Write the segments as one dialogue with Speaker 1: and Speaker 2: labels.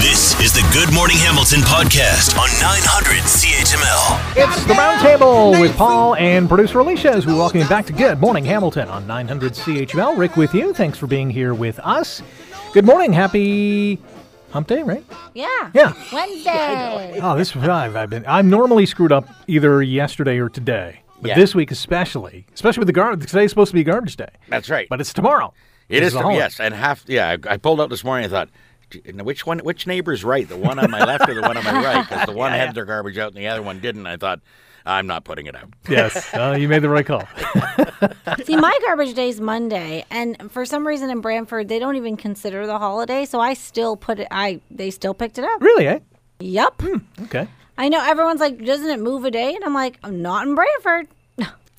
Speaker 1: This is the Good Morning Hamilton podcast on 900 CHML.
Speaker 2: It's the Roundtable with Paul and producer Alicia as we welcome you back to Good Morning Hamilton on 900 CHML. Rick with you. Thanks for being here with us. Good morning. Happy hump day, right?
Speaker 3: Yeah.
Speaker 2: Yeah.
Speaker 3: Wednesday.
Speaker 2: Oh, this I've, I've been. I'm normally screwed up either yesterday or today, but
Speaker 4: Yeah.
Speaker 2: this week especially, especially with the garbage. Today's supposed to be garbage day,
Speaker 4: That's right.
Speaker 2: but it's tomorrow.
Speaker 4: it
Speaker 2: This
Speaker 4: is
Speaker 2: a
Speaker 4: from,
Speaker 2: holiday.
Speaker 4: yes, and half. Yeah, I, I pulled out this morning. I thought, "Gee, now which one? Which neighbor's right? The one on my left or the one on my right? Because the one had their garbage out and the other one didn't. I thought, I'm not putting it out.
Speaker 2: Yes, uh, you made the right call.
Speaker 3: See, my garbage day is Monday, and for some reason in Brantford they don't even consider the holiday, so I still put it. I they still picked it up.
Speaker 2: Really? Eh?
Speaker 3: Yup.
Speaker 2: Okay.
Speaker 3: I know everyone's like, doesn't it move a day? And I'm like, I'm not in Brantford.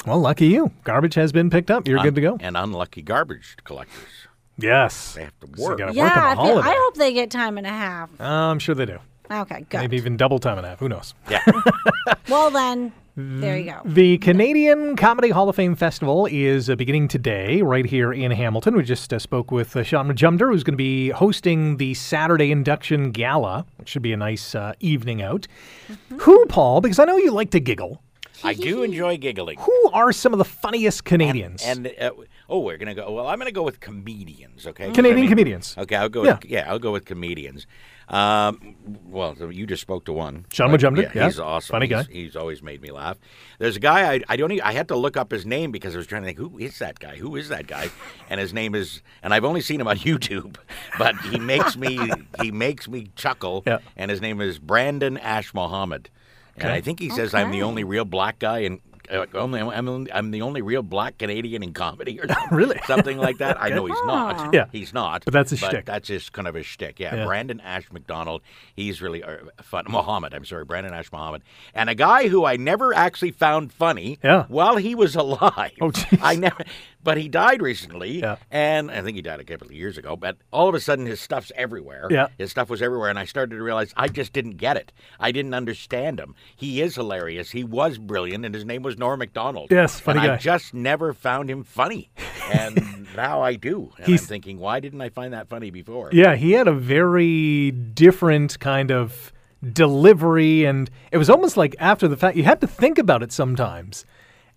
Speaker 2: Well, lucky you. Garbage has been picked up. You're good to go.
Speaker 4: And unlucky garbage collectors.
Speaker 2: Yes.
Speaker 4: They have to
Speaker 2: So you
Speaker 4: work.
Speaker 2: gotta
Speaker 3: Yeah,
Speaker 2: work on
Speaker 3: I,
Speaker 2: the
Speaker 3: feel,
Speaker 2: holiday. Uh,
Speaker 3: I hope they get time and a half.
Speaker 2: I'm sure they do.
Speaker 3: Okay, good.
Speaker 2: Maybe even double time and a half. Who knows?
Speaker 4: Yeah.
Speaker 3: Well then,
Speaker 2: Mm.
Speaker 3: there you go.
Speaker 2: The Canadian Comedy Hall of Fame Festival is uh, beginning today, right here in Hamilton. We just uh, spoke with uh, Sean Majumder, who's going to be hosting the Saturday induction gala, which should be a nice uh, evening out.
Speaker 4: Mm-hmm.
Speaker 2: Who, Paul? Because I know you like to giggle.
Speaker 4: I do enjoy giggling.
Speaker 2: Who are some of the funniest Canadians?
Speaker 4: And uh, oh, we're gonna go. Well, I'm gonna go with comedians. Okay. 'Cause I
Speaker 2: Canadian
Speaker 4: mean-
Speaker 2: comedians.
Speaker 4: Okay, I'll go.
Speaker 2: Yeah.
Speaker 4: With, yeah, I'll go with comedians. Um, well, so you just spoke to one.
Speaker 2: Sean
Speaker 4: But,
Speaker 2: Majumder, yeah.
Speaker 4: he's awesome.
Speaker 2: Funny
Speaker 4: He's-
Speaker 2: guy.
Speaker 4: He's always made me laugh. There's a guy I, I don't even, I had to look up his name because I was trying to think who is that guy? Who is that guy? And his name is and I've only seen him on YouTube, but he makes me he makes me chuckle.
Speaker 2: Yeah.
Speaker 4: And his name is Brandon Ash Mohammed, and I think he says I'm the only real black guy in. Uh, only, I'm, I'm the only real black Canadian in comedy, or something,
Speaker 2: Really?
Speaker 4: something like that. I know he's not.
Speaker 2: Yeah.
Speaker 4: he's not.
Speaker 2: But that's his shtick.
Speaker 4: That's just kind of a shtick. Yeah.
Speaker 2: Yeah.
Speaker 4: Brandon Ash McDonald. He's really uh, fun. Muhammad. I'm sorry. Brandon Ash Muhammad. And a guy who I never actually found funny
Speaker 2: Yeah.
Speaker 4: while he was alive.
Speaker 2: Oh, jeez.
Speaker 4: I never. But he died recently.
Speaker 2: Yeah.
Speaker 4: And I think he died a couple of years ago. But all of a sudden, his stuff's everywhere.
Speaker 2: Yeah.
Speaker 4: His stuff was everywhere. And I started to realize I just didn't get it. I didn't understand him. He is hilarious. He was brilliant. And his name was Norm MacDonald.
Speaker 2: Yes, funny
Speaker 4: and
Speaker 2: guy.
Speaker 4: I just never found him funny. And now I do. And
Speaker 2: He's-
Speaker 4: I'm thinking, why didn't I find that funny before?
Speaker 2: Yeah, he had a very different kind of delivery, and it was almost like after the fact, you had to think about it sometimes.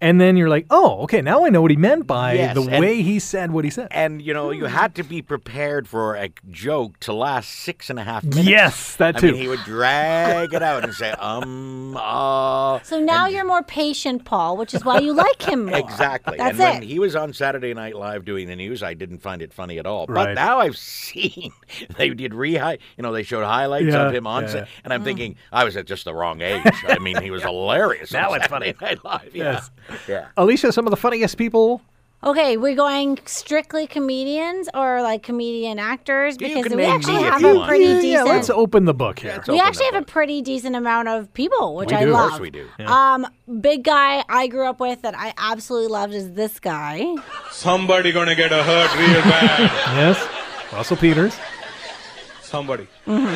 Speaker 2: And then you're like, oh, okay, now I know what he meant by
Speaker 4: Yes,
Speaker 2: the
Speaker 4: and-
Speaker 2: way he said what he said.
Speaker 4: And you know, you had to be prepared for a joke to last six and a half minutes.
Speaker 2: yes, that
Speaker 4: I
Speaker 2: too.
Speaker 4: mean, he would drag it out and say, um, uh.
Speaker 3: So now you're more patient, Paul, which is why you like him more.
Speaker 4: Exactly.
Speaker 3: That's
Speaker 4: and when
Speaker 3: it.
Speaker 4: he was on Saturday Night Live doing the news, I didn't find it funny at all.
Speaker 2: Right.
Speaker 4: But now I've seen they did re you know, they showed highlights
Speaker 2: Yeah,
Speaker 4: of him on
Speaker 2: yeah, Mm.
Speaker 4: set.
Speaker 2: yeah.
Speaker 4: And I'm thinking, I was at just the wrong age. I mean, he was hilarious.
Speaker 2: Now
Speaker 4: on
Speaker 2: it's
Speaker 4: Saturday Night Live. Yeah.
Speaker 2: Yes.
Speaker 4: Yeah.
Speaker 2: Alicia, some of the funniest people.
Speaker 3: Okay, we're going strictly comedians or like comedian actors
Speaker 4: You
Speaker 3: because
Speaker 4: can
Speaker 3: we
Speaker 4: name
Speaker 3: actually
Speaker 4: me if
Speaker 3: have
Speaker 4: you
Speaker 3: a
Speaker 4: want.
Speaker 3: pretty
Speaker 2: yeah,
Speaker 3: decent.
Speaker 2: yeah, let's open the book here.
Speaker 4: It's
Speaker 3: we
Speaker 4: open
Speaker 3: actually
Speaker 4: up
Speaker 3: have a
Speaker 4: to-
Speaker 3: pretty decent amount of people, which
Speaker 2: We
Speaker 3: I
Speaker 2: do. Of
Speaker 3: love.
Speaker 2: course
Speaker 4: we do.
Speaker 3: Um, big guy I grew up with that I absolutely loved is this guy.
Speaker 5: Somebody gonna get a hurt real bad.
Speaker 2: yes, Russell Peters.
Speaker 5: Somebody.
Speaker 3: I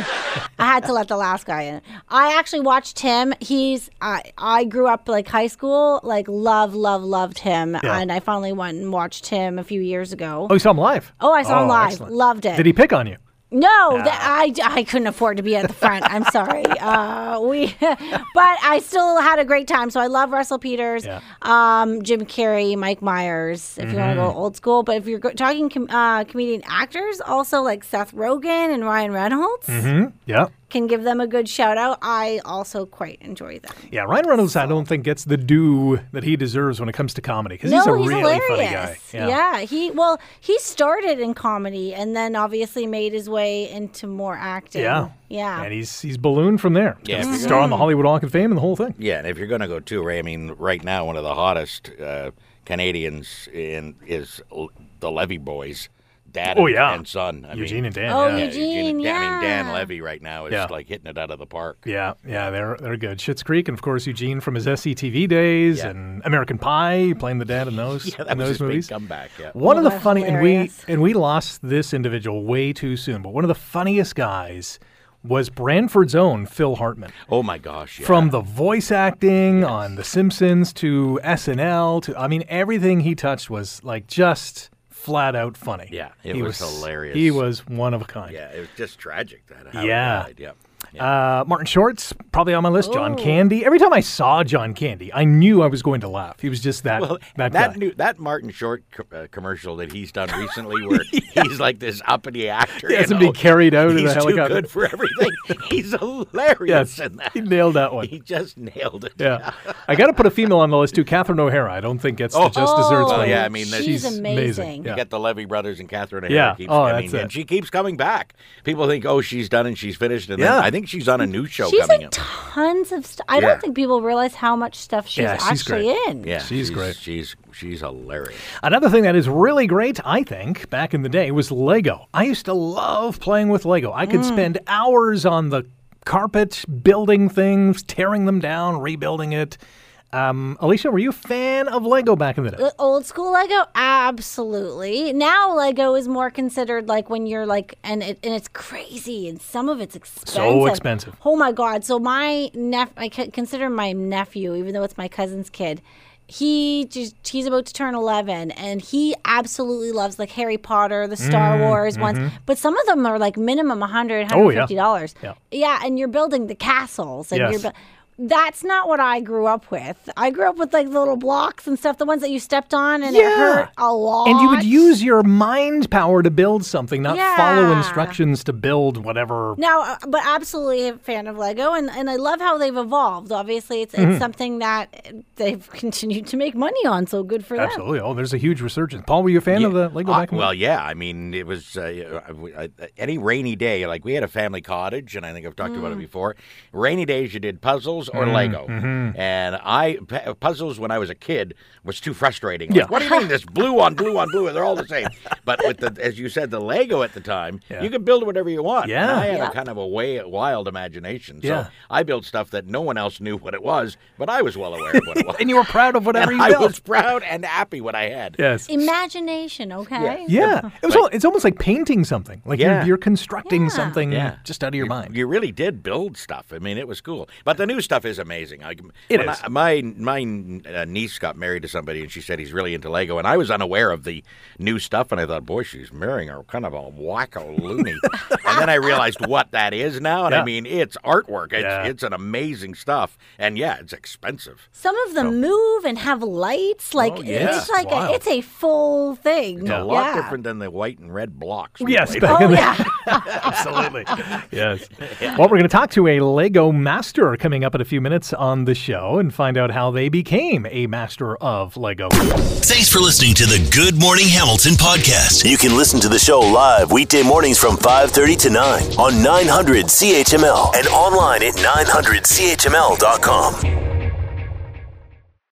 Speaker 3: had to let the last guy in. I actually watched him. He's I I grew up like high school, like love, love, loved him,
Speaker 2: Yeah.
Speaker 3: and I finally went and watched him a few years ago.
Speaker 2: Oh, you saw him live.
Speaker 3: Oh, I saw him live.
Speaker 2: excellent.
Speaker 3: Loved it.
Speaker 2: Did he pick on you?
Speaker 3: No, that I, I couldn't afford to be at the front. I'm sorry. Uh, we, but I still had a great time. So I love Russell Peters,
Speaker 2: Yeah.
Speaker 3: um, Jim Carrey, Mike Myers. If you want to
Speaker 2: Mm-hmm.
Speaker 3: go old school, but if you're go- talking com- uh, comedian actors, also like Seth Rogen and Ryan Reynolds,
Speaker 2: Mm-hmm. Yeah.
Speaker 3: can give them a good shout out. I also quite enjoy them.
Speaker 2: Yeah, Ryan Reynolds, I don't think gets the due that he deserves when it comes to comedy because he's a really funny guy.
Speaker 3: Yeah. he well, he started in comedy and then obviously made his way into more acting.
Speaker 2: Yeah.
Speaker 3: yeah. Mm-hmm.
Speaker 2: And he's he's ballooned from there.
Speaker 4: Yeah,
Speaker 2: He's
Speaker 4: if
Speaker 2: a
Speaker 4: you're
Speaker 2: star on the Hollywood Walk of Fame and the whole thing.
Speaker 4: Yeah, and if you're going to go to Ray, I mean, right now one of the hottest uh, Canadians in is L- the Levy Boys, dad.
Speaker 2: Oh,
Speaker 4: and-
Speaker 2: yeah.
Speaker 4: and son. I
Speaker 2: Eugene
Speaker 4: mean,
Speaker 2: and Dan.
Speaker 3: Oh,
Speaker 2: yeah.
Speaker 3: Eugene.
Speaker 4: and Dan, I mean, Dan
Speaker 3: yeah.
Speaker 4: Levy right now is
Speaker 2: Yeah.
Speaker 4: like hitting it out of the park.
Speaker 2: yeah, yeah, they're they're good. Schitt's Creek, and of course Eugene from his SCTV days,
Speaker 4: Yeah.
Speaker 2: and American Pie, playing the dad in those
Speaker 4: Yeah,
Speaker 2: in
Speaker 4: that was
Speaker 2: those
Speaker 4: his
Speaker 2: movies.
Speaker 4: big comeback. Yeah.
Speaker 2: One of
Speaker 3: Oh,
Speaker 2: the
Speaker 3: that's
Speaker 2: funny,
Speaker 3: hilarious.
Speaker 2: and we and we lost this individual way too soon. But one of the funniest guys was Branford's own Phil Hartman.
Speaker 4: Oh my gosh! Yeah.
Speaker 2: From the voice acting on The Simpsons to SNL to I mean everything he touched was like just flat out funny.
Speaker 4: Yeah, it was hilarious.
Speaker 2: He was one of a kind.
Speaker 4: Yeah, it was just tragic that. How
Speaker 2: Yeah.
Speaker 4: He died. Yep. Yeah.
Speaker 2: Uh, Martin Short's probably on my list. John
Speaker 3: Oh.
Speaker 2: Candy. Every time I saw John Candy, I knew I was going to laugh. He was just that
Speaker 4: Well,
Speaker 2: that,
Speaker 4: that,
Speaker 2: guy.
Speaker 4: new that Martin Short co- uh, commercial that he's done recently, where he's like this uppity actor.
Speaker 2: Yeah,
Speaker 4: you
Speaker 2: somebody
Speaker 4: know,
Speaker 2: carried out in a
Speaker 4: oh, he's
Speaker 2: helicopter.
Speaker 4: Too good for everything. he's
Speaker 2: yes,
Speaker 4: hilarious in that.
Speaker 2: he nailed that one.
Speaker 4: He just nailed it.
Speaker 2: Yeah, I got to put a female on the list too. Catherine O'Hara. I don't think gets the
Speaker 4: Oh.
Speaker 2: just desserts.
Speaker 4: Well,
Speaker 2: one.
Speaker 4: yeah, I mean, that-
Speaker 3: she's,
Speaker 2: She's amazing.
Speaker 3: amazing.
Speaker 2: Yeah.
Speaker 4: You get the Levy brothers and Catherine O'Hara.
Speaker 2: Yeah.
Speaker 4: Keeps,
Speaker 2: Oh,
Speaker 4: I
Speaker 2: that's
Speaker 4: mean,
Speaker 2: it.
Speaker 4: And she keeps coming back. People think, oh, she's done and she's finished. And
Speaker 2: Yeah.
Speaker 4: then I think she's on a new
Speaker 2: Oh,
Speaker 4: show
Speaker 3: She's
Speaker 4: coming
Speaker 3: in
Speaker 4: up.
Speaker 3: tons of stuff. I
Speaker 4: Yeah.
Speaker 3: don't think people realize how much stuff she's
Speaker 2: Yeah, she's
Speaker 3: actually
Speaker 2: great.
Speaker 3: in.
Speaker 4: yeah,
Speaker 2: She's great.
Speaker 4: She's she's hilarious.
Speaker 2: Another thing that is really great, I think, back in the day was Lego. I used to love playing with Lego. I could spend hours on the carpet, building things, tearing them down, rebuilding it. Um, Alicia, were you a fan of Lego back in the day?
Speaker 3: The old school Lego, absolutely. Now Lego is more considered like when you're like, and it, and it's crazy, and some of it's expensive.
Speaker 2: expensive.
Speaker 3: Oh my god! So my nephew, I c- consider him my nephew, even though it's my cousin's kid. He just he's about to turn eleven, and he absolutely loves like Harry Potter, the Star Wars ones. But some of them are like minimum 100
Speaker 2: Mm, mm-hmm. Oh, yeah.
Speaker 3: 150 dollars.
Speaker 2: Yeah.
Speaker 3: and you're building the castles, and
Speaker 2: Yes.
Speaker 3: you're. Bu- that's not what I grew up with. I grew up with like the little blocks and stuff, the ones that you stepped on and
Speaker 2: Yeah.
Speaker 3: it hurt a lot.
Speaker 2: And you would use your mind power to build something, not follow
Speaker 3: Yeah.
Speaker 2: instructions to build whatever.
Speaker 3: now, uh, but absolutely a fan of Lego, and, and I love how they've evolved. Obviously, it's,
Speaker 2: Mm-hmm.
Speaker 3: it's something that they've continued to make money on, so good for them.
Speaker 2: Absolutely. Oh, there's a huge resurgence. Paul, were you a fan of the Lego
Speaker 4: Uh,
Speaker 2: back in the
Speaker 4: well, yeah. I mean, it was uh, I- I- any rainy day. Like we had a family cottage, and I think I've talked about it
Speaker 2: Mm.
Speaker 4: before. Rainy days, you did puzzles or Lego,
Speaker 2: mm-hmm.
Speaker 4: and I p- puzzles when I was a kid was too frustrating. Like,
Speaker 2: Yeah.
Speaker 4: What do you mean this blue on blue on blue? They're all the same. But with the as you said, the Lego at the time,
Speaker 2: Yeah.
Speaker 4: you could build whatever you want. And
Speaker 2: Yeah.
Speaker 4: I had
Speaker 3: Yeah.
Speaker 4: a kind of a way wild imagination, so
Speaker 2: Yeah.
Speaker 4: I built stuff that no one else knew what it was, but I was well aware of what it was.
Speaker 2: And you were proud of whatever
Speaker 4: And
Speaker 2: you
Speaker 4: I
Speaker 2: built.
Speaker 4: was proud and happy what I had.
Speaker 2: yes.
Speaker 3: Imagination, okay?
Speaker 2: Yeah, it was. al- it's almost like painting something. Like
Speaker 4: Yeah.
Speaker 2: you're, you're constructing
Speaker 3: Yeah.
Speaker 2: something
Speaker 4: Yeah.
Speaker 2: just out of your mind.
Speaker 4: You really did build stuff. I mean, it was cool. But the new stuff is amazing. I,
Speaker 2: It
Speaker 4: when
Speaker 2: is.
Speaker 4: I- my my uh, niece got married to somebody, and she said he's really into Lego, and I was unaware of the new stuff, and I thought, boy, she's marrying a kind of a wacko loony. and then I realized what that is now, and
Speaker 2: Yeah.
Speaker 4: I mean, it's artwork. It's,
Speaker 2: Yeah.
Speaker 4: it's an amazing stuff, and yeah, it's expensive.
Speaker 3: Some of them move and have lights. Like
Speaker 4: yeah.
Speaker 3: it's like
Speaker 2: Oh, Wild.
Speaker 3: a, it's a full thing.
Speaker 4: It's a lot
Speaker 3: yeah.
Speaker 4: different than the white and red blocks. we
Speaker 2: Yes,
Speaker 4: played
Speaker 2: back
Speaker 3: Oh
Speaker 2: in the-
Speaker 3: yeah.
Speaker 2: absolutely. yes. Well, we're going to talk to a Lego master coming up in a few minutes on the show and find out how they became a master of Lego.
Speaker 1: Thanks for listening to the Good Morning Hamilton podcast. You can listen to the show live weekday mornings from 5:30 to 9 on 900 CHML and online at 900chml.com.